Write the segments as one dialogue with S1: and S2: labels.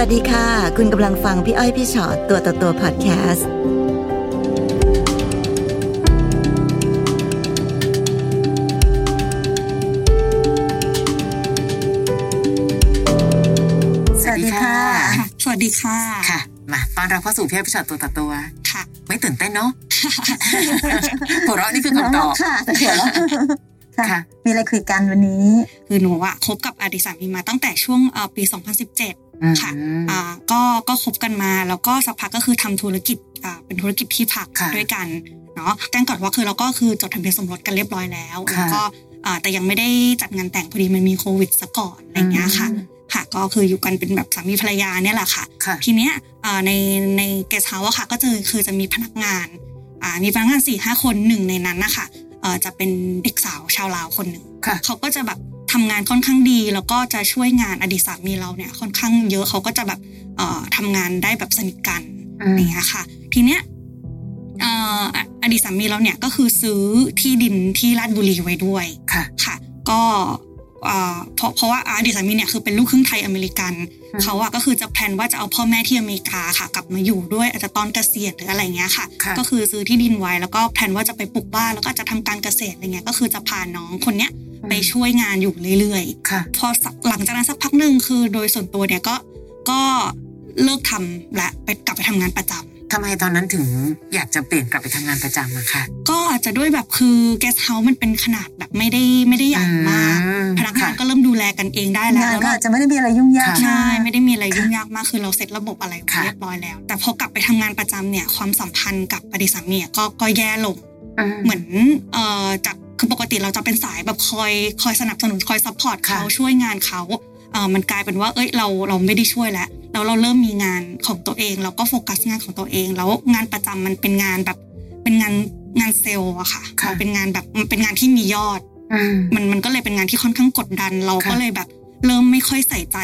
S1: วัสดีค่ะ คุณกำลังฟังพี่อ้อยพี่ชอตตัวต่อตัวพอดแคสต์
S2: สวัสดีค่ะ
S3: สวัสดีค่ะ
S2: ค่ะ มาฟังเราเข้าสู่พี่อ้อยพี่ชอตตัวต่อตัว
S3: ค่ะ
S2: ไม่ตื่นเต้น เนาะ หัวเราะนี่คือคำตอบ
S1: ค่ะแต่เดี๋ยวแล้ว
S2: ค่ะ
S1: มีอะไรคุยกันวันนี้
S3: คือหนูอะคบกับอดีตสามีมาตั้งแต่ช่วงเอ่อปี 2017
S2: อืม
S3: ค่ะ อ่า ก็ก็คบกันมา แล้วก็สักพักก็คือทำธุรกิจ อ่า เป็นธุรกิจที่พัก
S2: ค่ะ
S3: ด้วยกัน เนาะแจ้งก่อนว่าคือเราก็คือจดทะเบียนสมรสกันเรียบร้อยแล้ว
S2: ค่ะ
S3: แล้วก็อ่าแต่ยังไม่ได้จัดงานแต่งพอดีมันมีโควิดซะก่อนอะไรอย่างเงี้ยค่ะ ค่ะ ก็คืออยู่กันเป็นแบบสามีภรรยาเนี่ยแหละค่ะ
S2: ค่ะ
S3: ทีเนี้ยเอ่อในในเกสเฮาส์ค่ะ ก็จะคือจะมีพนักงานอ่ามีพนักงานสี่ห้าคนหนึ่งในนั้นนะคะเอ่อจะเป็นเด็กสาวชาวลาวคนหนึ่ง
S2: ค่ะ
S3: เขาก็จะแบบทำงานค่อนข้างดี แล้วก็จะช่วยงานอดีตสามีเราเนี่ยค่อนข้างเยอะเขาก็จะแบบเอ่อทำงานได้แบบสนิทกัน
S2: อื
S3: อ
S2: ม
S3: ย่างเงี้ยค่ะ ทีเนี้ยเอ่ออ่ะอดีตสามีเราเนี่ยก็คือซื้อที่ดินที่ราชบุรีไว้ด้วย
S2: ค่ะ
S3: ค่ะก็เอ่อเพราะเพราะว่าอาอดีตสามีเนี่ยคือเป็นลูกครึ่งไทยอเมริกัน
S2: อืม
S3: เขาอะก็คือจะแพลนว่าจะเอาพ่อแม่ที่อเมริกาค่ะ กลับมาอยู่ด้วยอาจจะตอนเกษียณหรืออะไรเงี้ยค่ะ
S2: ค่ะ
S3: ก็คือซื้อที่ดินไว้แล้วก็แพลนว่าจะไปปลูกบ้านแล้วก็จะทำการเกษตรอะไรเงี้ยก็คือจะพาน้องคนเนี้ยไปช่วยงานอยู่เรื่อย
S2: ค่ะ
S3: ๆ พอสักหลังจากนั้นสักพักหนึ่งคือโดยส่วนตัวเนี่ยก็ก็เลิกทำและไปกลับไปทำงานประจำ
S2: ทำไมตอนนั้นถึงอยากจะเปลี่ยนกลับไปทำงานประจำอะค่ะ
S3: ก็อาจจะด้วยแบบคือแกสเฮาส์มันเป็นขนาดแบบไม่ได้ไม่ได้ใหญ่มาก
S2: อืม
S3: พนักงาน
S2: ค่ะ
S3: ก็เริ่มดูแลกันเองได้แล้ว
S1: งาน
S3: แล้ว
S1: ก็
S3: เรา
S1: อาจจะไม่ได้มีอะไรยุ่งยาก
S3: ใช่
S1: มาก
S3: ไม่ได้มีอะไรยุ่งยากมากคือเราเซ็ตระบบอะไรไว้
S2: ค่ะ
S3: เรียบร้อยแล้ว แต่พอกลับไปทำงานประจำเนี่ยความสัมพันธ์กับอดีตสามีอะก็ก็แย่ลง เหมือนเอ่อจากคือปกติเราจะเป็นสายแบบคอยคอยสนับสนุนคอยซัพพอร์ตเขา
S2: ค่ะ
S3: ช่วยงานเขาเอ่อมันกลายเป็นว่า เอ้ยเราเราไม่ได้ช่วยแล้วแล้วเราเริ่มมีงานของตัวเอง เราก็โฟกัสงานของตัวเอง แล้วงานประจำมันเป็นงานแบบเป็นงานงานเซลล์อะค่ะ
S2: ค่ะ
S3: มันเป็นงานแบบมันเป็นงานที่มียอด
S2: อืม
S3: มันมันก็เลยเป็นงานที่ค่อนข้างกดดัน เราก็
S2: ค่ะ
S3: เลยแบบเริ่มไม่ค่อยใส่ใจ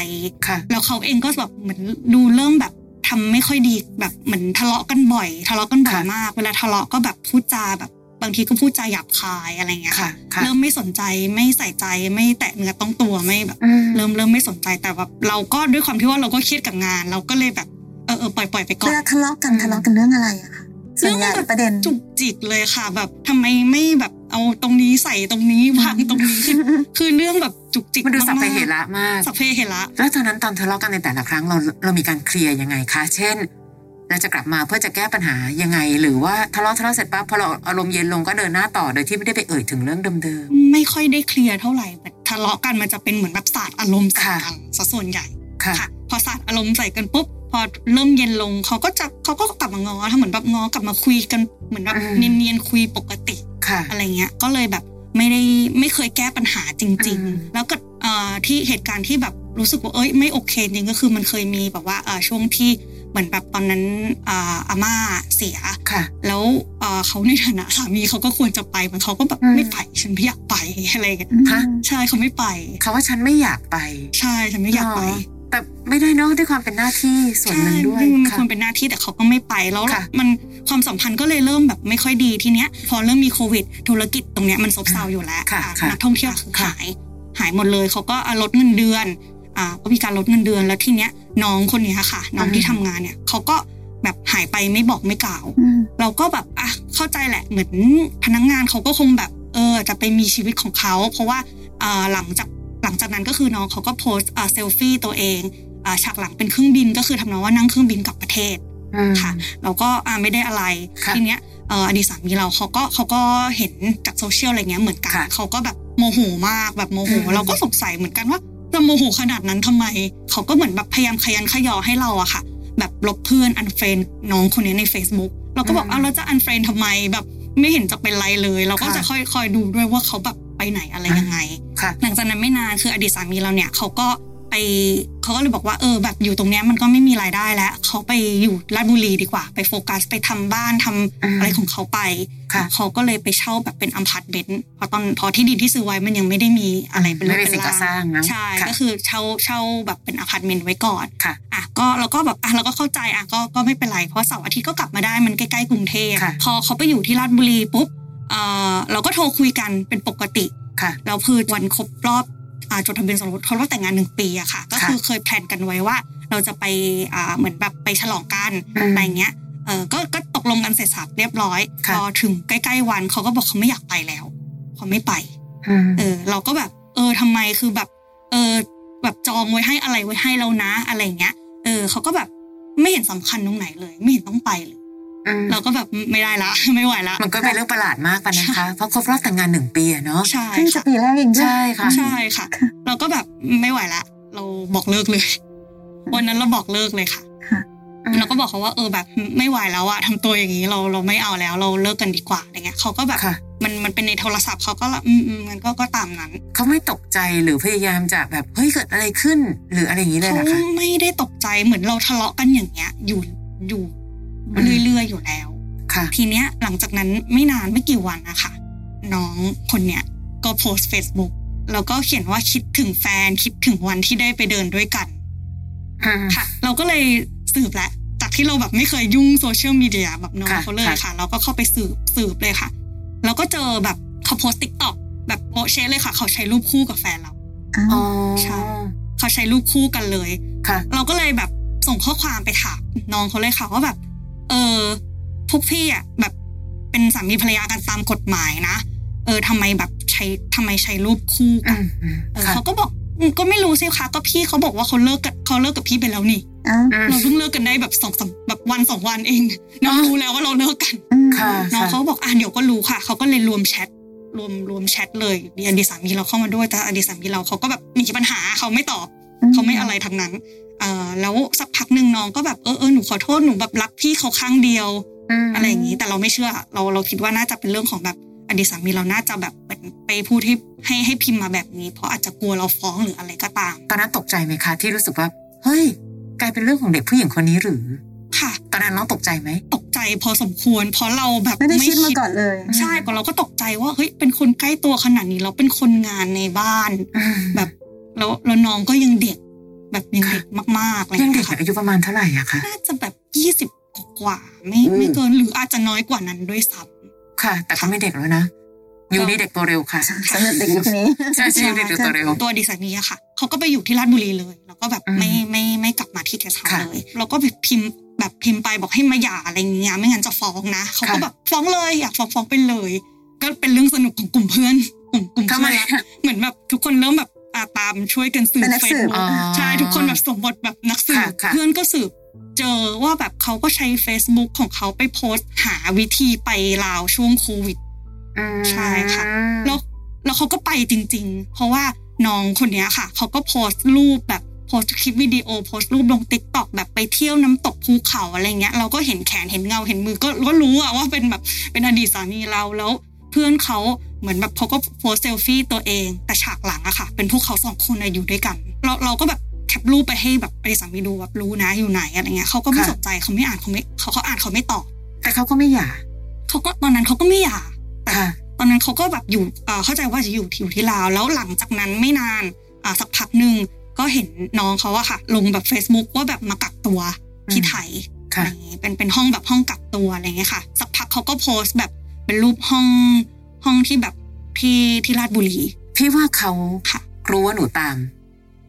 S2: ค่ะ
S3: แล้วเขาเองก็แบบเหมือนดูเริ่มแบบทำไม่ค่อยดีแบบเหมือนทะเลาะกันบ่อย ทะเลาะกันบ่อย
S2: ค่ะ
S3: มาก เวลาทะเลาะก็แบบพูดจาแบบบางทีก็พูดจาหยาบคายอะไรอย่างเงี้ย
S2: ค่ะ
S3: ค่ะ
S2: ค่ะ
S3: เริ่มไม่สนใจไม่ใส่ใจไม่แตะเนื้อต้องตัวไม่แบบ
S2: อืม
S3: เริ่มเริ่มไม่สนใจแต่แบบเราก็ด้วยความที่ว่าเราก็เครียดกับงาน เราก็เลยแบบเออเออปล่อยปล่อยไปก่อ
S1: เวน ลาทะเลาะกัน
S2: อืม
S1: ทะเลาะกันเรื่องอะไรอะคะส่วนใหญ่
S3: เรื่องแบบ
S1: ประเด็น
S3: จุกจิกเลยค่ะ แบบทำไมไม่แบบเอาตรงนี้ใส่ตรงนี้วางตรงนี้ คือคือเรื่องแบบจุกจิก
S2: มันดูสับ
S3: ากๆ
S2: ไปเหตุละมาก
S3: สัพเพเหระ
S2: แล้วตอนนั้นตอนทะเลาะกันในแต่ละครั้งเราเรามีการเคลียร์ยังไงคะ เช่น เราจะกลับมาเพื่อจะแก้ปัญหายังไง หรือว่าทะเลาะทะเลาะเสร็จปั๊บพอเราอารมณ์เย็นลงก็เดินหน้าต่อโดยที่ไม่ได้ไปเอ่ยถึงเรื่องเดิม
S3: ไม่ค่อยได้เคลียร์เท่าไหร่แบบทะเลาะกันมันจะเป็นเหมือนแบบสาดอารมณ์ใส่กันซะส่วนใหญ่
S2: ๆ ค่ะ
S3: ค่ะ พอสาดอารมณ์ใส่กันปุ๊บพอเริ่มเย็นลงเขาก็จะเขาก็กลับมาง้อถ้าเหมือนแบบง้อกลับมาคุยกันเหมือนแบบ
S2: อืม
S3: เนียนๆคุยปกติ
S2: ค่ะ
S3: อะไรเงี้ย ก็เลยแบบไม่ได้ไม่เคยแก้ปัญหาจริง
S2: อืม
S3: ๆ แล้วก็เอ่อที่เหตุการณ์ที่แบบรู้สึกว่าเอ้ยไม่โอเคจริงก็คือมันเคยมีแบบว่าเอ่อช่วงที่เหมือนแบบตอนนั้นเอ่ออาม่าเสีย
S2: ค่ะ
S3: แล้วเอ่อเขาในฐานะสามีเขาก็ควรจะไปมันเขาก็แบบ
S2: อืม
S3: ไม่ไปฉันไม่อยากไปอะไรเงี้ย
S2: ฮะ
S3: ใช่เขาไม่ไป
S2: คำว่าฉันไม่อยากไป
S3: ใช่ฉันไม่อยากไป
S2: เนะแต่ไม่ได้เนอะด้วยความเป็นหน้าที่ส่วนหนึ่งด้วย
S3: ใช่มัน
S2: ค่ะ
S3: ควรเป็นหน้าที่แต่เขาก็ไม่ไปแล้ว
S2: ค่ะ
S3: มันความสัมพันธ์ก็เลยเริ่มแบบไม่ค่อยดีทีเนี้ย พอเริ่มมีโควิด ธุรกิจตรงเนี้ยมันซบเซาอยู่แล้ว
S2: ค่ะ
S3: อ่ะ
S2: ค่ะ
S3: นักท่องเที่ยวคือ
S2: ค่ะ
S3: หายหายหมดเลยเขาก็อ่ะลดเงินเดือนอ่าก็มีการลดเงินเดือนแล้วทีเนี้ยน้องคนเนี้ยค่ะ น้อง
S2: อืม
S3: ที่ทำงานเนี่ยเขาก็แบบหายไปไม่บอกไม่กล่าว
S1: อืม
S3: เราก็แบบอ่ะเข้าใจแหละเหมือนพนักงานเขาก็คงแบบ เออจะไปมีชีวิตของเขา เพราะว่าอ่าหลังจากหลังจากนั้นก็คือน้องเขาก็โพสต์อ่าเซลฟี่ตัวเองอ่าฉากหลังเป็นเครื่องบินก็คือทำนองว่านั่งเครื่องบินกลับประเทศ
S2: อืม
S3: ค่ะ เราก็อ่าไม่ได้อะไร
S2: ค่ะ
S3: ทีเนี้ยเอ่ออดีตสามีเราเขาก็เขาก็เห็นจากโซเชียลอะไรเงี้ยเหมือนกัน
S2: ค่ะ
S3: เขาก็แบบโมโหมากแบบโมโห
S2: อืม
S3: เราก็สงสัยเหมือนกันว่าจะโมโหขนาดนั้นทำไม เขาก็เหมือนแบบพยายามขยันขยอให้เราอะค่ะ แบบลบเพื่อนอันเฟรนน้องคนนี้ใน Facebook เราก็บอกอ้าวเราจะอันเฟรนทำไมแบบไม่เห็นจะเป็นไรเลย เราก็จะค่อยคอยดูด้วยว่าเขาแบบไปไหนอะไรยังไง
S2: ค่ะ
S3: หลังจากนั้นไม่นานคืออดีตสามีเราเนี่ยเขาก็ไปเขาก็เลยบอกว่าเออแบบอยู่ตรงเนี้ยมันก็ไม่มีรายได้แล้วเขาไปอยู่ราชบุรีดีกว่า ไปโฟกัสไปทำบ้านทำ
S2: อืม
S3: อะไรของเขาไป
S2: ค่ะ
S3: เขาก็เลยไปเช่าแบบเป็นอพาร์ตเมนต์เพราะตอนพอที่ดินที่ซื้อไว้มันยังไม่ได้มีอะไรเป็นรู
S2: ไม่
S3: ป
S2: เป็
S3: เป็น น
S2: สิ่งก่อ
S3: ร่าง
S2: สร้างนะ
S3: ใช่
S2: ค่ะ
S3: ก็คือเช่าเช่าแบบเป็นอพาร์ตเมนต์ไว้ก่อน
S2: ค่ะ
S3: อ่ะก็เราก็แบบอ่ะเราก็เข้าใจอ่ะก็ก็ไม่เป็นไรเพราะเสาร์อาทิตย์ก็กลับมาได้มันใกล้ๆกรุงเทพ
S2: ค่ะ
S3: พอเขาไปอยู่ที่ราชบุรีปุ๊บเออเราก็โทรคุยกันเป็นปกติ
S2: ค่ะ
S3: แล้วคือวันครบรอบอาจดทะเบียนสมรสเขาเราแต่งงานหนึ่งปีอะค่ะ ก็คือเคยแพลนกันไว้ว่า เรา เราจะไปอ่าเหมือนแบบไปฉลองกัน
S2: อืม
S3: อะไรเงี้ยเออก็ก็ตกลงกันเสร็จสับเรียบร้อย
S2: ค่ะ
S3: พอถึงใกล้ๆวันเขาก็บอกเขาไม่อยากไปแล้วเขาไม่ไป
S2: อืม
S3: เออเราก็แบบ เออทำไมคือแบบ เออแบบจองไว้ให้อะไรไว้ให้แล้วนะอะไรอย่างเงี้ย เออเขาก็แบบไม่เห็นสำคัญตรงไหนเลย ไม่เห็นต้องไปเลย
S2: ม
S3: เราก็แบบไม่ได้ละ ไม่ไหวละ
S2: มันก็เป็นเรื่องประหลาดมากปะนะคะ เพราะครบรอบแต่งงานหนึ่งปีอะเนาะ
S3: ใช่
S1: เพิ่งจะ
S3: ค่ะ
S1: ปีแรกเองด้วย
S2: ใช่ค่ะ
S3: ใช่ค่ะ เราก็แบบไม่ไหวละ เราบอกเลิกเลย วันนั้นเราบอกเลิกเลยค่ะ เราก็บอกเขาว่าเออแบบไม่ไหวแล้วอะทำตัวอย่างนี้เราเราไม่เอาแล้ว เราเลิกกันดีกว่าอะไรเงี้ยเขาก็แบบ
S2: ค่ะ
S3: มันมันเป็นในโทรศัพท์เขาก็ละอืมอืมงันก็ก็ตามนั้น
S2: เขาไม่ตกใจหรือพยายามจะแบบเฮ้ยเกิดอะไรขึ้น หรืออะไรอย่างนี้เลยเหรอ
S3: เขา
S2: คะ
S3: ไม่ได้ตกใจเหมือนเราทะเลาะกันอย่างเงี้ย อยู่อยู่
S2: อืม
S3: เรื่อยๆอยู่แล้ว
S2: ค่ะ
S3: ทีเนี้ยหลังจากนั้นไม่นานไม่กี่วันนะคะน้องคนเนี้ยก็โพสต์ Facebook แล้วก็เขียนว่าคิดถึงแฟนคิดถึงวันที่ได้ไปเดินด้วยกัน
S2: อืม
S3: ค่ะ เราก็เลยสืบแล้วจากที่เราแบบไม่เคยยุ่งโซเชียลมีเดียแบบน้อง
S2: ค่ะ
S3: เขาเลย
S2: ค่ะ
S3: ค่ะ เราก็เข้าไปสืบสืบเลยค่ะ แล้วก็เจอแบบเขาโพสต์ติ๊กต็อกแบบโมเชะเลยค่ะ เขาใช้รูปคู่กับแฟนเรา
S2: อ๋อ
S3: ใช่ เขาใช้รูปคู่กันเลย
S2: ค่ะ
S3: เราก็เลยแบบส่งข้อความไปถามน้องเขาเลยค่ะว่าแบบ เออพวกพี่อ่ะแบบเป็นสามีภรรยากันตามกฎหมายนะเออทำไมแบบใช้ทำไมใช้รูปคู่
S2: อื
S3: กัน
S2: มอืม
S3: เออ
S2: ค่ะ
S3: เขาก็บอกอืมก็ไม่รู้สิคะก็พี่เขาบอกว่าเขาเลิกกับเขาเลิกกับพี่ไปแล้วนี่
S1: อ้าว
S2: อืม
S3: เราเพิ่งเลิกกันได้แบบสองสามแบบวันสองวันเองน้องรู้แล้วว่าเราเลิกกัน
S1: อืม
S2: ค่ะ
S3: น้องเขาบอกอ่ะเดี๋ยวก็รู้ค่ะเขาก็เลยรวมแชทรวมรวมแชทเลยอดีตสามีเราเข้ามาด้วยแต่อดีตสามีเราเขาก็แบบมีปัญหาเขาไม่ตอบ เขาไม่อะไรทั้งนั้นเอ่อแล้วสักพักหนึ่งน้องก็แบบเออเออหนูขอโทษหนูแบบรักพี่เขาข้างเดียว
S2: อืม
S3: อะไรอย่างนี้ แต่เราไม่เชื่อ เราเราคิดว่าน่าจะเป็นเรื่องของแบบอดีตสามีเราน่าจะแบบเหมือนไปพูดให้ให้ให้พิมพ์มาแบบนี้ เพราะอาจจะกลัวเราฟ้องหรืออะไรก็ตาม
S2: ตอนนั้นตกใจไหมคะ ที่รู้สึกว่า เฮ้ย กลายเป็นเรื่องของเด็กผู้หญิงคนนี้หรือ
S3: ค่ะ
S2: ตอนนั้นน้องตกใจไหม
S3: ตกใจพอสมควร เพราะเราแบบ
S1: ไม่ได้คิดมาก่อนเลย
S3: ใช่ก็เราก็ตกใจว่าเฮ้ยเป็นคนใกล้ตัวขนาดนี้เราเป็นคนงานในบ้าน แบบแล้วแล้วน้องก็ยังเด็ก แบบยังเด็กมากๆอะไรอ
S2: ยั
S3: ย่าง ง
S2: เด็ก
S3: เงี้ยค่ะ
S2: อายุประมาณเท่าไหร่อะคะ
S3: น่าจะแบบยี่สิบกว่าๆไม่
S2: อืม
S3: ไม่เกินหรืออาจจะน้อยกว่านั้นด้วยซ้
S2: ค่ะ แต่ก็ไม่เด็กแล้วนะอยู่นี่เด็กตัวเร็วค่ะ
S1: สำหรับเด็กยุคนี้
S2: ใช่ใช่เด็กตัวเร็ว
S3: ำตัวดีไซนีอะค่ะเขาก็ไปอยู่ที่ราชบุรีเลย แล้วก็แบบ
S2: อืม
S3: ไม่ไม่ไม่กลับมาที่เกสเฮา
S2: ค่ะ
S3: เลย แล้วก็ไปพิมพ์แบบพิมพ์ไปบอกให้มาหย่าอะไรอย่างเงี้ยไม่งั้นจะฟ้องนะเขาก็
S2: ค่ะ
S3: แบบฟ้องเลยอยากฟ้องฟ้องไปเลย ก็เป็นเรื่องสนุกของกลุ่มเพื่อนกลุ่มกลุ่ม
S2: ทำ
S3: เพื่
S2: ไม
S3: อนละ
S2: อะ
S3: เหมือนแบบทุกคนเริ่มแบบอาตามช่วยกันสืบ
S1: เป็นนัก
S3: เฟ
S1: สื
S3: ซ
S1: บ
S3: บุ๊ก
S2: อ๋อ
S3: ใช่ทุกคนแบบสมบทแบบนักสืบ
S2: ค่ะค่ะ
S3: เพื่อนก็สืบเจอว่าแบบเขาก็ใช้ Facebook ของเขาไปโพสต์ หาวิธีไปลาวช่วงโควิด
S2: อืม
S3: ใช่ค่ะ แล้วแล้วเขาก็ไปจริง ๆ เพราะว่าน้องคนเนี้ยค่ะ เขาก็โพสต์รูปแบบโพสต์คลิปวิดีโอโพสต์รูปลงติ๊กต็อกแบบไปเที่ยวน้ำตกภูเขาอะไรเงี้ยเราก็เห็นแขนเห็นเงาเห็นมือก็ก็รู้อะว่าเป็นแบบเป็นอดีตสามีเราแล้ว เพื่อนเขาเหมือนแบบเขาก็โพสต์เซลฟี่ตัวเอง แต่ฉากหลังอะค่ะ เป็นพวกเขาสองคนอะอยู่ด้วยกัน เราเราก็แบบแคปรูปไปให้แบบอดีตสามีดูแบบรู้นะอยู่ไหนอะไรเงี้ยเขาก็ไม่สนใจเขาไม่อ่านเขาไม่เขาเขาอ่านเขาไม่ตอบ
S2: แต่เขาก็ไม่หย่า
S3: เขาก็ตอนนั้นเขาก็ไม่อยาก
S2: ค่ะ
S3: ตอนนั้นเขาก็แบบอยู่เอ่อเข้าใจว่าจะอยู่ที่อยู่ที่ลาว แล้วหลังจากนั้นไม่นานอ่าสักพักหนึ่งก็เห็นน้องเขาอะค่ะ ลงแบบ Facebook ว่าแบบมากักตัวที่ไทย
S2: ค่ะ
S3: อะไรอย่างงี้เป็นเป็นห้องแบบห้องกักตัวอะไรอย่างเงี้ยค่ะ สักพักเขาก็โพสต์แบบเป็นรูปห้องห้องที่แบบที่ที่ราชบุรี
S2: พี่ว่าเขา
S3: ค่ะ
S2: รู้ว่าหนูตาม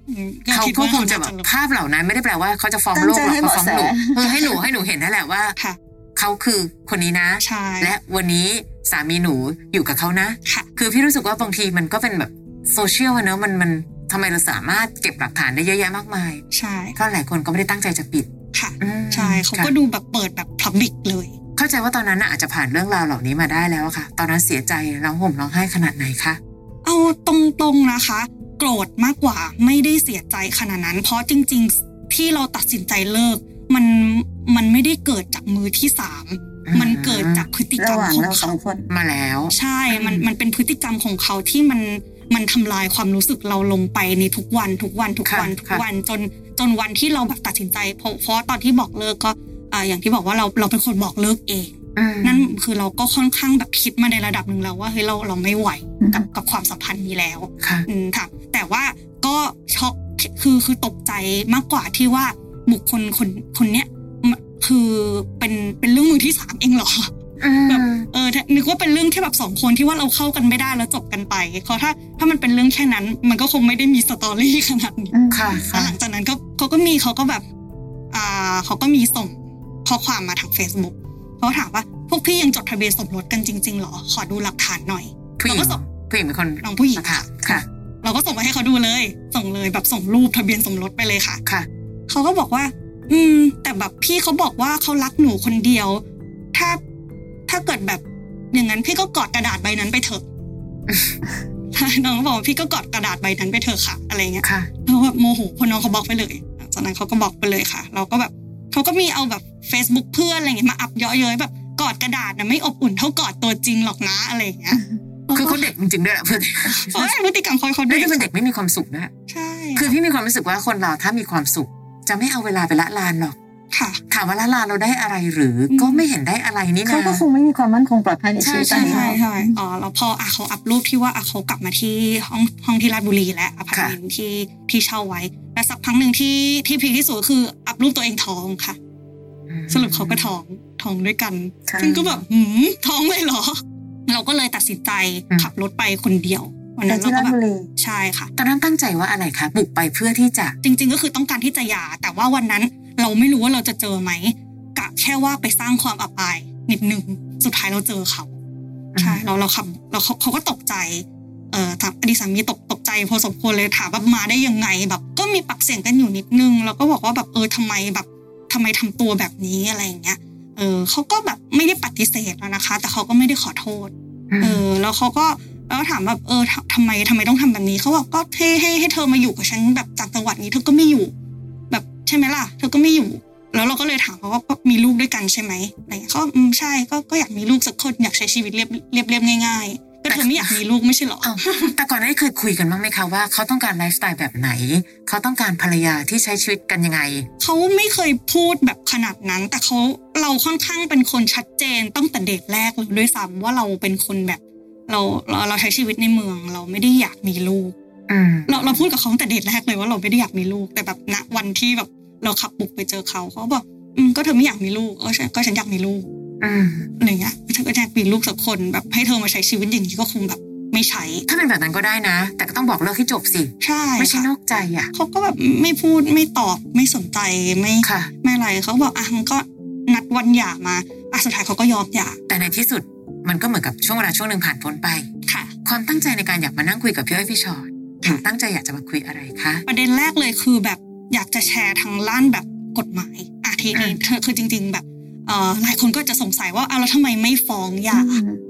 S3: อืมก็
S2: เขา
S3: คิด
S2: ก็
S3: ว่
S2: คงจะแบบ
S3: น่า
S2: ภาพเหล่านั้นไม่ได้แปลว่าเขาจะฟ้องโลกห
S1: ตั้งใจ
S2: รอก
S1: ให้
S2: เขาฟ้องหนู
S1: เบาะแส
S2: เออให้หนูให้หนูเห็นนั่นแหละว่า
S3: ค่ะ
S2: เขาคือคนนี้นะ
S3: ใช่
S2: และวันนี้สามีหนูอยู่กับเขานะ
S3: ค่ะ
S2: คือพี่รู้สึกว่าบางทีมันก็เป็นแบบโซเชียลอะเนอะมันมันทำไมเราสามารถเก็บหลักฐานได้เยอะแยะมากมาย
S3: ใช่
S2: เพราะหลายคนก็ไม่ได้ตั้งใจจะปิด
S3: ค่ะ
S2: อืม
S3: ใช่เขาก็
S2: ค่ะ
S3: ดูแบบเปิดแบบพับบิกเลย
S2: เข้าใจว่าตอนนั้นน่ะอาจจะผ่านเรื่องราวเหล่านี้มาได้แล้วอะค่ะ ตอนนั้นเสียใจร้องห่มร้องไห้ขนาดไหนคะ
S3: เอาตรงๆนะคะ โกรธมากกว่าไม่ได้เสียใจขนาดนั้น เพราะจริงๆที่เราตัดสินใจเลิก มันมันไม่ได้เกิดจากมือที่สาม
S2: อืม
S3: มันเกิดจากพฤติกร
S1: ระ
S3: รม
S1: หว่าง
S3: ของ
S1: เราส
S3: เขา
S1: องคน
S2: มาแล้ว
S3: ใช่ มันมันเป็นพฤติกรรมของเขาที่มันมันทำลายความรู้สึกเราลงไปในทุกวัน ทุกวันทุกวัน
S2: ค่ะ
S3: ทุก
S2: ค่ะ
S3: วันจนจนวันที่เราแบบตัดสินใจเพราะเพราะตอนที่บอกเลิกก็อ่าอย่างที่บอกว่าเราเราเป็นคนบอกเลิกเอง
S2: อืม
S3: นั่นคือเราก็ค่อนข้างแบบคิดมาในระดับหนึ่งแล้วว่าเฮ้ยเราเราไม่ไหว
S1: อืม
S3: กับกับความสัมพันธ์นี้แล้ว
S2: ค่ะ
S3: อืมค่ะแต่ว่าก็ช็อกคือคือตกใจมากกว่าที่ว่าบุคคลคนคนเนี้ยมันคือเป็นเป็นเรื่องมือที่สามเองเหรอ
S2: อืม
S3: แบบ เออถ้านึกว่าเป็นเรื่องแค่แบบสองคนที่ว่าเราเข้ากันไม่ได้แล้วจบกันไปเพราะถ้าถ้ามันเป็นเรื่องแค่นั้น มันก็คงไม่ได้มีสตอรี่ขนาดนี้
S1: อืม
S2: ค่ะ
S3: แล้วหลังจากนั้นก็เขาก็มีเขาก็แบบ อ่าเขาก็มีส่งข้อความมาทาง Facebook เขาถามว่าพวกพี่ยังจดทะเบียนสมรสกันจริงๆหรอ ขอดูหลักฐานหน่อย
S2: ผู้หญิง
S3: เราก็ส่ง
S2: ผู้หญิงเป็นคน
S3: น้องผู้หญิง
S2: ค่ะ
S3: ค่ะ
S2: ค่ะ
S3: เราก็ส่งไปให้เขาดูเลย ส่งเลยแบบส่งรูปทะเบียนสมรสไปเลยค่ะ
S2: ค่ะ
S3: เขาก็บอกว่า อืม แต่แบบพี่เขาบอกว่าเขารักหนูคนเดียว ถ้าถ้าเกิดแบบอย่างนั้นพี่ก็กอดกระดาษใบนั้นไปเถอะ น้องก็บอกว่าพี่ก็กอดกระดาษใบนั้นไปเถอะค่ะ อะไรเงี้ย
S2: ค่ะ
S3: เราแบบโมโหพอน้องเขาบล็อกไปเลยหลังจากนั้นเขาก็บล็อกไปเลยค่ะ เราก็แบบเขาก็มีเอาแบบ Facebook เพื่อนอะไรเงี้ยมาอัพเยอะเย้ยแบบกอดกระดาษนะไม่อบอุ่นเท่ากอดตัวจริงหรอกนะอะไรอย่างเงี้ย
S2: คือเขาเด็กจริงๆด้วยแหละเพื่อน
S3: เพราะว่าพฤติกรรมเขาเขา
S2: ไม่
S3: เด็ก
S2: ได้เป็นเด็กไม่มีความสุขนะ
S3: ใช่
S2: คือพี่มีความรู้สึกว่าคนเราถ้ามีความสุข จะไม่เอาเวลาไปละลานหรอก
S3: ค่ะ
S2: ถามว่าละลานเราได้อะไรหรืออ
S3: ม
S2: ก็ไม่เห็นได้อะไรนี่
S4: เขา
S2: นะ
S4: ก็คงไม่มีความมั่นคงปลอดภัยในชีวิตตอ
S2: ใช่
S4: นนี้ห
S2: ใช่
S4: รอก
S3: ใช่อ๋อแล้วพออ่ะเขาอัพรูปที่ว่าอ่ะเขากลับมาที่ห้องห้องที่ราชบุรีและอพาร์ตเมนต์ที่ที่เช่าไว้ และสักพักหนึ่งที่ที่พีคที่สุดก็คืออัพรูปตัวเองท้องค่ะ สรุปเขาก็ท้องท้องด้วยกัน
S4: ใช่
S3: ซึ่งก็แบบหืมท้องเลยเหรอ เราก็เลยตัดสินใจ
S2: อืม
S3: ขับรถไปคนเดียว วัน
S4: ใน
S3: นั้นเรา
S4: ที่
S3: ก็
S4: ราช
S3: แบบ
S4: บุรี
S3: ใช่ค่ะ
S2: ตอนนั้นตั้งใจว่าอะไรคะบุกไปเพื่อที่จะ
S3: จริง ๆ ก็คือต้องการที่จะหย่าแต่ว่าวันนั้นเราไม่รู้ว่าเราจะเจอไหมกะแค่ว่าไปสร้างความอับอายนิดนึงสุดท้ายเราเจอเขาใช่เราเราขับเราเขาเขาก็ตกใจเอ่อทางอดีตสามีตกตกใจพอสมควรเลยถามว่ามาได้ยังไงแบบ ก็มีปากเสียงกันอยู่นิดนึงแล้วก็บอกว่าแบบเออทำไมแบบทำไมทำตัวแบบนี้อะไรอย่างเงี้ยเออเขาก็แบบไม่ได้ปฏิเสธแล้วนะคะ แต่เขาก็ไม่ได้ขอโทษ เออแล้วเขาก็แล้วถามแบบเออทำทำไมทำไมต้องทำแบบนี้เขาบอกก็ให้ให้ให้เธอมาอยู่กับฉันแบบจากจังหวัดนี้เธอก็ไม่อยู่ แบบใช่ไหมล่ะ เธอก็ไม่อยู่ แล้วเราก็เลยถามเขาว่าก็มีลูกด้วยกันใช่ไหมอะไรเงี้ยเขาอืมใช่ก็ก็อยากมีลูกสักคนอยากใช้ชีวิตเรียบเรียบเรียบง่ายๆก็เธอไม่อยากมีลูกไม่ใช่เหรอ
S2: อ้าว แต่ก่อนหน้านี้เคยคุยกันบ้างไหมคะว่าเขาต้องการไลฟ์สไตล์แบบไหน เขาต้องการภรรยาที่ใช้ชีวิตกันยังไง
S3: เขาไม่เคยพูดแบบขนาดนั้น แต่เขาเราค่อนข้างเป็นคนชัดเจนตั้งแต่เดทแรกเลยด้วยซ้ำว่าเราเป็นคนแบบ เราเราเราใช้ชีวิตในเมือง เราไม่ได้อยากมีลูก
S2: อืม
S3: เราเราพูดกับเขาตั้งแต่เดทแรกเลยว่าเราไม่ได้อยากมีลูกแต่แบบณวันที่แบบเราขับบุกไปเจอเขาเขาบอกอืมก็เธอไม่อยากมีลูกเออฉันก็ฉันอยากมีลูก
S2: อืม
S3: อะไรเงี้ยฉันก็อยากมีลูกสักคนแบบให้เธอมาใช้ชีวิตอย่างนี้ก็คงแบบไม่ใช่
S2: ถ้าเป็นแบบนั้นก็ได้นะ แต่ก็ต้องบอกเลิกให้จบสิ
S3: ใช่
S2: ไม่ใช่
S3: ค่ะ
S2: นอกใจอ่ะ
S3: เขาก็แบบไม่พูดไม่ตอบไม่สนใจไม่
S2: ค่ะ
S3: ไม่อะไรเขาบอกอ่ะงั้นก็นัดวันหย่ามาอ่ะสุดท้ายเขาก็ยอมหย่า
S2: แต่ในที่สุดมันก็เหมือนกับช่วงเวลาช่วงหนึ่งผ่านพ้นไป
S3: ค่ะ
S2: ความตั้งใจในการอยากมานั่งคุยกับพี่อ้อยพี่ชอตหนู
S3: ค่ะ
S2: ตั้งใจอยากจะมาคุยอะไรคะ
S3: ประเด็นแรกเลยคือแบบอยากจะแชร์ทางล้านแบบกฎหมายอ่ะที
S2: อื
S3: นี้
S2: ม
S3: เธอคือจริง ๆ แบบเอ่อหลายคนก็จะสงสัยว่าอ้าวแล้วทำไมไม่ฟ้องหย่า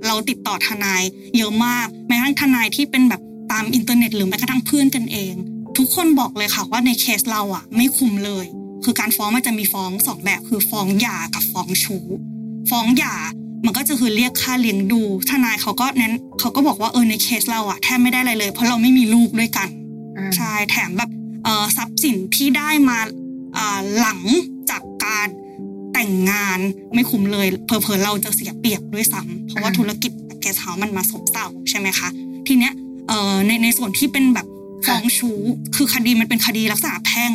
S3: เราติดต่อทนายเยอะมากแม้กระทั่งทนายที่เป็นแบบตามอินเทอร์เน็ตหรือแม้กระทั่งเพื่อนกันเอง ทุกคนบอกเลยค่ะว่าในเคสเราอ่ะ ไม่คุมเลย คือการฟ้องมันจะมีฟ้องสองแบบคือฟ้องหย่ากับฟ้องชู้ฟ้องหย่ามันก็จะคือเรียกค่าเลี้ยงดู ทนายเขาก็นั้นเขาก็บอกว่าเออในเคสเราอ่ะแทบไม่ได้อะไรเลย เพราะเราไม่มีลูกด้วยกัน
S2: อืม
S3: ใช่แถมแบบเอ่อทรัพย์สินที่ได้มาเอ่อหลังจากการแต่งงานไม่คุ้มเลยเพอเพอๆเราจะเสียเปรียบด้วยซ้ำเพราะว่าธุรกิจแกสเฮามันมาสบเซาใช่ไหมคะทีเนี้ยเอ่อในในส่วนที่เป็นแบบฟ้องชู้คือคดีมันเป็นคดีลักษณะแพ่ง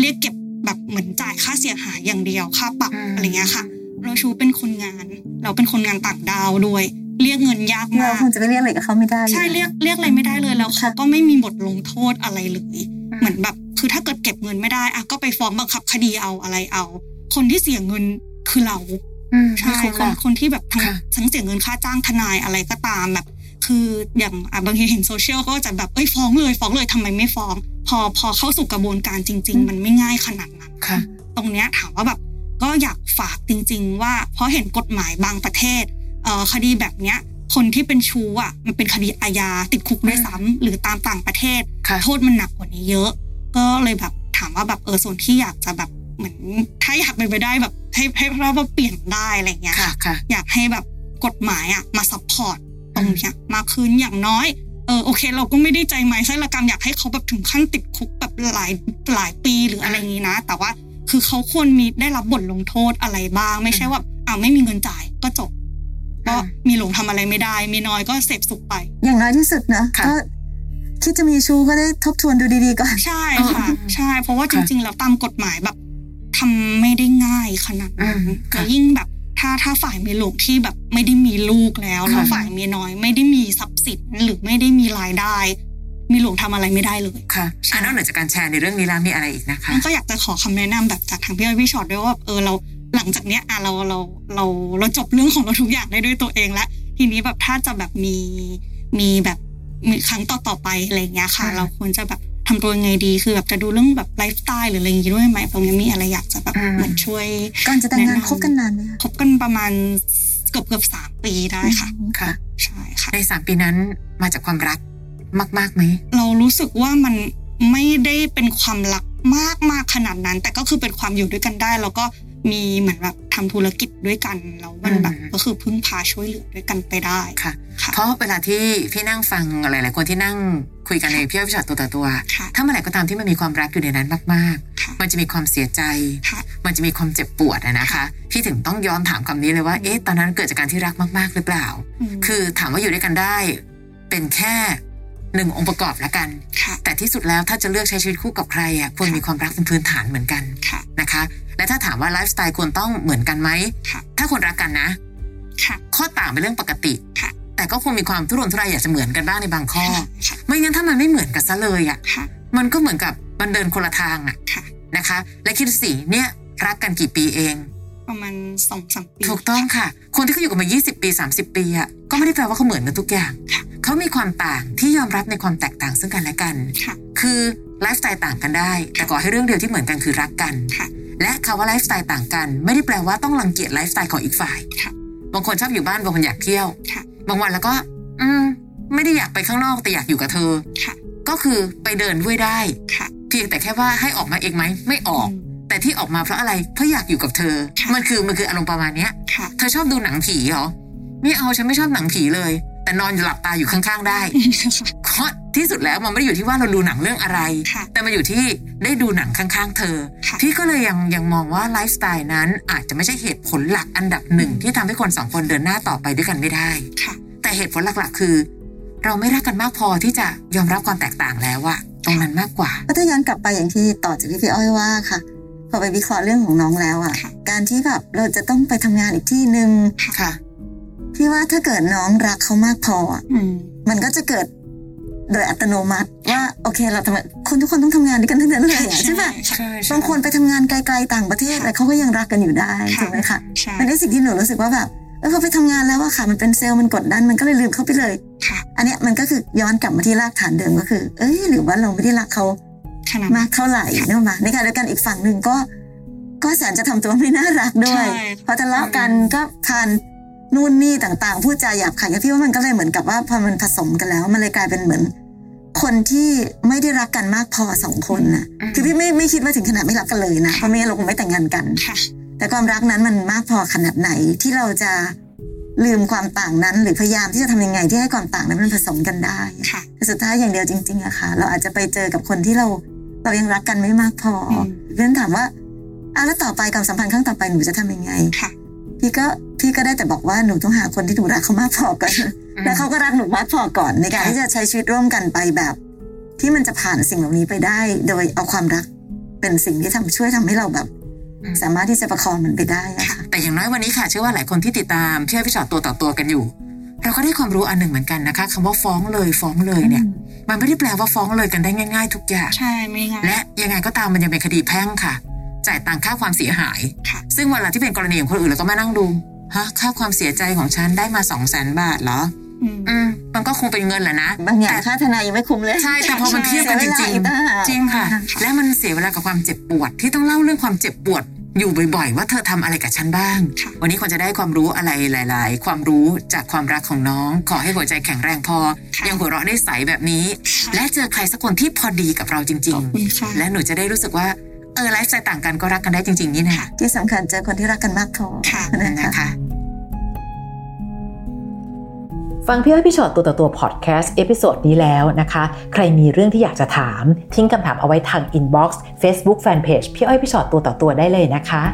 S3: เรียกเก็บแบบเหมือนจ่ายค่าเสียหายอย่างเดียวค่าปรับอะไรเงี้ยค่ะเราชู้เป็นคนงาน เราเป็นคนงานต่างดาวด้วย เรียกเงินยาก
S4: เรา
S3: มาก
S4: คงจะไปเรียกอะไรกับเขาไม่ได้
S3: ใช่เรียกเรียกอะไรไม่ได้เลยแล้วเขาก็ไม่มีบทลงโทษอะไรเลยเหมือนแบบคือถ้าเกิดเก็บเงินไม่ได้อะก็ไปฟ้องบังคับคดีเอาอะไรเอา คนที่เสียเงินคือเรา
S2: อืมไม่
S3: ใช่
S2: คุ้มหร
S3: คน
S2: อก
S3: คนที่แบบทั้ง
S2: ค่ะ
S3: ทั้งเสียเงินค่าจ้างทนายอะไรก็ตามแบบ คืออย่างอ่ะบางทีเห็นโซเชียลก็จะแบบเอ้ยฟ้องเลยฟ้องเลยทำไมไม่ฟ้อง พอพอเข้าสู่กระบวนการจริง ๆ มันไม่ง่ายขนาดนั้น
S2: ค่ะ
S3: ตรงเนี้ยถามว่าแบบก็อยากฝากจริง ๆ ว่าเพราะเห็นกฎหมายบางประเทศเอ่อคดีแบบเนี้ย คนที่เป็นชู้อ่ะมันเป็นคดีอาญาติดคุกด้วยซ้ำหรือตามต่างประเทศ
S2: ค่ะ
S3: โทษมันหนักกว่านี้เยอะ ก็เลยแบบถามว่าแบบเออส่วนที่อยากจะแบบเหมือนถ้าอยากเป็นไปได้แบบให้ให้เราแบบเปลี่ยนได้อะไรอย่างเงี้ย
S2: ค่ะ
S3: ค่ะ
S2: ค่ะ
S3: อยากให้แบบกฎหมายอ่ะมาซัพพอร์ตตรงเนี้ยมากขึ้นอย่างน้อยเออโอเค เราก็ไม่ได้ใจไม้ไส้ละกรรมอยากให้เขาแบบถึงขั้นติดคุกแบบหลายหลายปีหรืออะไรอย่างนี้นะ แต่ว่าคือเขาควรมีได้รับบทลงโทษอะไรบ้าง ไม่ใช่ว่าอ้าวไม่มีเงินจ่ายก็จบก็
S2: อืม
S3: มีหลงทำอะไรไม่ได้ มีน้อยก็เสพสุขไป
S4: อย่างน้อยที่สุดนะ
S2: ค่ะ
S4: ก็คิดจะมีชู้ก็ได้ทบทวนดูดีๆก่อน
S3: ใช่
S2: เออ
S3: ค่ะ
S2: เออเออ
S3: ใช่ เพราะว่าจริงๆแล้วตามกฎหมายแบบทำไม่ได้ง่ายขนาดนั้น
S2: อืมค่ะ
S3: แล้วยิ่งแบบถ้าถ้าฝ่ายเมียหลวงที่แบบไม่ได้มีลูกแล้ว
S2: ค่ะ
S3: แล้วฝ่ายเมียน้อยไม่ได้มีทรัพย์สินหรือไม่ได้มีรายได้ มีหลวงทำอะไรไม่ได้เลย
S2: ค่ะอ่ะนอกเหนือจากการแชร์ในเรื่องนี้แล้วมีอะไรอีกนะคะ
S3: มันก็อยากจะขอคำแนะนำแบบจากทางพี่อ้อยพี่ชอตด้วยว่าเออเราหลังจากเนี้ยอ่ะเราเราเราเราจบเรื่องของเราทุกอย่างได้ด้วยตัวเองแล้วทีนี้แบบถ้าจะแบบมีมีแบบมีครั้งต่อต่อๆไปอะไรอย่างเงี้ยค่ะ
S2: ค่ะ
S3: เราควรจะแบบทำตัวยังไงดีคือแบบจะดูเรื่องแบบไลฟ์สไตล์หรืออะไรอย่างงี้ด้วยไหมตรงนี้มีอะไรอยากจะแบบเหมือนช่วย
S4: ก่อนจะแต่งงาน
S3: แนะนำ
S4: คบกันนานไหมคะ
S3: คบกันประมาณเกือบเกือบสามปีได้ค่ะ
S4: อืม
S2: ค่ะ
S3: ใช่ค่ะ
S2: ในสามปีนั้นมาจากความรักมากๆไหม
S3: เรารู้สึกว่ามันไม่ได้เป็นความรักมากมากขนาดนั้น แต่ก็คือเป็นความอยู่ด้วยกันได้ แล้วก็มีเหมือนแบบทำธุรกิจด้วยกันแล้วมันแบบ
S2: อืม
S3: ก็คือพึ่งพาช่วยเหลือด้วยกันไปได้
S2: ค่ะ
S3: ค่ะ
S2: เพราะเวลาที่พี่นั่งฟังหลาย ๆ คนที่นั่งคุยกันในพี่อ้อยพี่ชอตตัวต่อตัว
S3: ค่ะ
S2: ถ้าเมื่อไหร่ก็ตามที่มันมีความรักอยู่ในนั้นมาก
S3: ค่ะ
S2: ๆ มันจะมีความเสียใจ
S3: ค่ะ
S2: มันจะมีความเจ็บปวดอะนะคะ พี่ถึงต้องย้อนถามคำนี้เลยว่า
S3: อืม
S2: เอ๊ะ ตอนนั้นเกิดจากการที่รักมาก ๆ หรือเปล่า
S3: ม
S2: คือถามว่าอยู่ด้วยกันได้ เป็นแค่หนึ่งองค์ประกอบละกัน
S3: ค่ะ
S2: แต่ที่สุดแล้วถ้าจะเลือกใช้ชีวิตคู่กับใครอะควร
S3: ค่ะ
S2: มีความรักเป็นพื้นฐานเหมือนกัน
S3: ค่ะ
S2: นะคะ และถ้าถามว่าไลฟ์สไตล์ควรต้องเหมือนกันไหม
S3: ค่ะ
S2: ถ้าคนรักกันนะ
S3: ค่ะ
S2: ข้อต่างเป็นเรื่องปกติ
S3: ค่ะ
S2: แต่ก็คงมีความทุรนทุรายอยากจะเหมือนกันบ้างในบางข้อ
S3: ค่ะ
S2: ไม่งั้นถ้ามันไม่เหมือนกันซะเลยอะ
S3: ค่ะ
S2: มันก็เหมือนกับมันเดินคนละทางอะ
S3: ค่ะ
S2: นะคะ และคิดดูสิเนี่ยรักกันกี่ปีเอง
S3: ประมาณสองสามปี
S2: ถูกต้องค่ะ คนที่เขาอยู่กันมา 20 ปี 30 ปีอะก็ไม่ได้แปลว่าเขาเหมือนกันทุกอย่าง
S3: ค่ะ
S2: เขามีความต่างที่ยอมรับในความแตกต่างซึ่งกันและกัน
S3: ค่ะ
S2: คือไลฟ์สไตล์ต่างกันได้ แต่ขอให้เรื่องเดียวที่เหมือนกันคือรักกัน
S3: ค่ะ
S2: และคำว่าไลฟ์สไตล์ต่างกัน ไม่ได้แปลว่าต้องรังเกียจไลฟ์สไตล์ของอีกฝ่าย
S3: ค่ะ
S2: บางคนชอบอยู่บ้านบางคนอยากเที่ยว
S3: ค่ะ
S2: บางวันแล้วก็ อืม ไม่ได้อยากไปข้างนอกแต่อยากอยู่กับเธอ
S3: ค่ะ
S2: ก็คือไปเดินด้วยได้
S3: ค่ะ
S2: เพียงแต่แค่ว่าให้ออกมาเองไหมไม่ออก
S3: ม
S2: แต่ที่ออกมาเพราะอะไรเพราะอยากอยู่กับเธอ
S3: ค่ะ
S2: มันคือมันคืออารมณ์ประมาณเนี้ย
S3: ค่ะ
S2: เธอชอบดูหนังผีเหรอ ไม่เอาฉันไม่ชอบหนังผีเลย แต่นอนอยู่หลับตาอยู่ข้างๆได้ เพราะที่สุดแล้วมันไม่ได้อยู่ที่ว่าเราดูหนังเรื่องอะไร
S3: ค่ะ
S2: แต่มันอยู่ที่ได้ดูหนังข้างๆ เธอ
S3: ค่ะ
S2: พี่ก็เลยยังยังมองว่าไลฟ์สไตล์นั้นอาจจะไม่ใช่เหตุผลหลักอันดับหนึ่งที่ทำให้คนสองคนเดินหน้าต่อไปด้วยกันไม่ได้
S3: ค่ะ
S2: แต่เหตุผลหลักๆ คือ เราไม่รักกันมากพอที่จะยอมรับความแตกต่างแล้วอะตรงนั้นมากกว่า
S4: ก็ถ้าย้อนกลับไปอย่างที่ต่อจากที่พี่อ้อยว่าค่ะ พอไปวิเคราะห์เรื่องของน้องแล้วอ่ะ
S3: ค่ะ
S4: การที่แบบเราจะต้องไปทำงานอีกที่หนึ่ง
S2: ค่ะ
S4: พี่ว่าถ้าเกิดน้องรักเขามากพออะ
S3: อืม
S4: มันก็จะเกิดโดยอัตโนมัติว่าโอเคเราทำไมคนทุกคนต้องทำงานด้วยกันทั้งนั้นเลยอะใช่ปะ
S2: ใช่
S4: บางคนไปทำงานไกลๆต่างประเทศแต่เขาก็ยังรักกันอยู่ได้
S3: ค่ะ
S4: ถูกไหมคะ
S3: ใช่
S4: มันได้สิ่งที่หนูรู้สึกว่าแบบเออพอไปทำงานแล้วอะค่ะมันเป็นเซลล์มันกดดันมันก็เลยลืมเขาไปเลย
S3: ค่ะ
S4: อันเนี้ยมันก็คือย้อนกลับมาที่รากฐานเดิมก็คือ เอ้ยหรือว่าเราไม่ได้รักเขา
S3: ขนาด
S4: มากเท่าไหร่เนอะมาในขณะเดียวกันอีกฝั่งหนึ่งก็ ก็แสนจะทำตัวไม่น่ารักด้วย
S3: ใช่
S4: พอทะเลาะกันก็ทานนู่นนี่ต่างๆ พูดจาหยาบคายพี่ว่ามันก็เลยเหมือนกับว่าพอมันผสมกันแล้ว มันเลยกลายเป็นเหมือน คนที่ไม่ได้รักกันมากพอสองคนน่ะ คือพี่ไม่ไม่คิดว่าถึงขนาดไม่รักกันเลยนะเพราะไม่งั้นเราคงไม่แต่งงานกัน
S3: ค่ะ
S4: แต่ความรักนั้นมันมากพอขนาดไหนที่เราจะลืมความต่างนั้น หรือพยายามที่จะทำยังไงที่ให้ความต่างนั้นมันผสมกันได้
S3: ค่ะ
S4: แต่สุดท้ายอย่างเดียวจริงๆอะค่ะ เราอาจจะไปเจอกับคนที่เราเรายังรักกันไม่มากพอ
S3: อืม
S4: เพราะฉะนั้นถามว่าอ่ะแล้วต่อไปความสัมพันธ์ครั้งต่อไปหนูจะทำยังไง
S3: ค่ะ
S4: พี่ก็พี่ก็ได้แต่บอกว่าหนูต้องหาคนที่หนูรักเขามากพอก่อนแล้วเขาก็รักหนูมากพอก่อนในการ
S2: ค่ะ
S4: ที่จะใช้ชีวิตร่วมกันไปแบบ ที่มันจะผ่านสิ่งเหล่านี้ไปได้ โดยเอาความรักเป็นสิ่งที่ทำช่วยทำให้เราแบบ สามารถที่จะประคองมันไปได้อะค่ะ
S2: แต่อย่างน้อยวันนี้ค่ะเชื่อว่าหลายคนที่ติดตามพี่อ้อยพี่ชอตตัวต่อตัวกันอยู่ เราก็ได้ความรู้อันหนึ่งเหมือนกันนะคะคำว่าฟ้องเลยฟ้องเลยเนี่ย มันไม่ได้แปลว่าฟ้องเลยกันได้ง่าย ๆ ทุกอย่าง
S3: ใช่ไม่ง่าย
S2: และยังไงก็ตามมันยังเป็นคดีแพ่งค่ะ จ่ายตังค่าความเสียหาย
S3: ค่ะ
S2: ซึ่งเวลาที่เป็นกรณีของคนอื่นเราก็มานั่งดูฮะค่าความเสียใจของฉันได้มาสองแสนบาทเหรอ
S3: อืม
S2: อืมมันก็คงเป็นเงินแหละนะ
S4: บางอย่างค่าทนายยังไม่คุ้มเลย
S2: ใช่แต่พอมันเทียบกันจริง
S4: เสียเวลาอีกต่างหาก
S2: ๆจริงค่ะ และมันเสียเวลากับความเจ็บปวดที่ต้องเล่าเรื่องความเจ็บปวด อยู่บ่อยๆ ว่าเธอทำอะไรกับฉันบ้าง
S3: ค่ะ
S2: วันนี้ควรจะได้ความรู้อะไรหลาย ๆ ความรู้จากความรักของน้อง ขอให้หัวใจแข็งแรงพอ ยังหัวเราะได้ใสแบบนี้
S3: ค่ะ
S2: และเจอใครสักคนที่พอดีกับเราจริง
S3: ขอบคุณค่ะ
S2: ๆ และหนูจะได้รู้สึกว่าเออไลฟ์สไตล์ต่างกันก็รักกันได้จริง ๆ นี่นะ
S3: ค่ะ
S4: ที่สำคัญเจอคนที่รักกันมากพอ
S3: ค่ะ
S4: นะคะ
S2: นะคะ
S5: ฟังพี่อ้อยพี่ชอตตัวต่อตัวพอดแคสต์เอพิโซดนี้แล้วนะคะ ใครมีเรื่องที่อยากจะถาม ทิ้งคำถามเอาไว้ทางอินบ็อกซ์เฟซบุ๊กแฟนเพจพี่อ้อยพี่ชอตตัวต่อตัวได้เลยนะคะ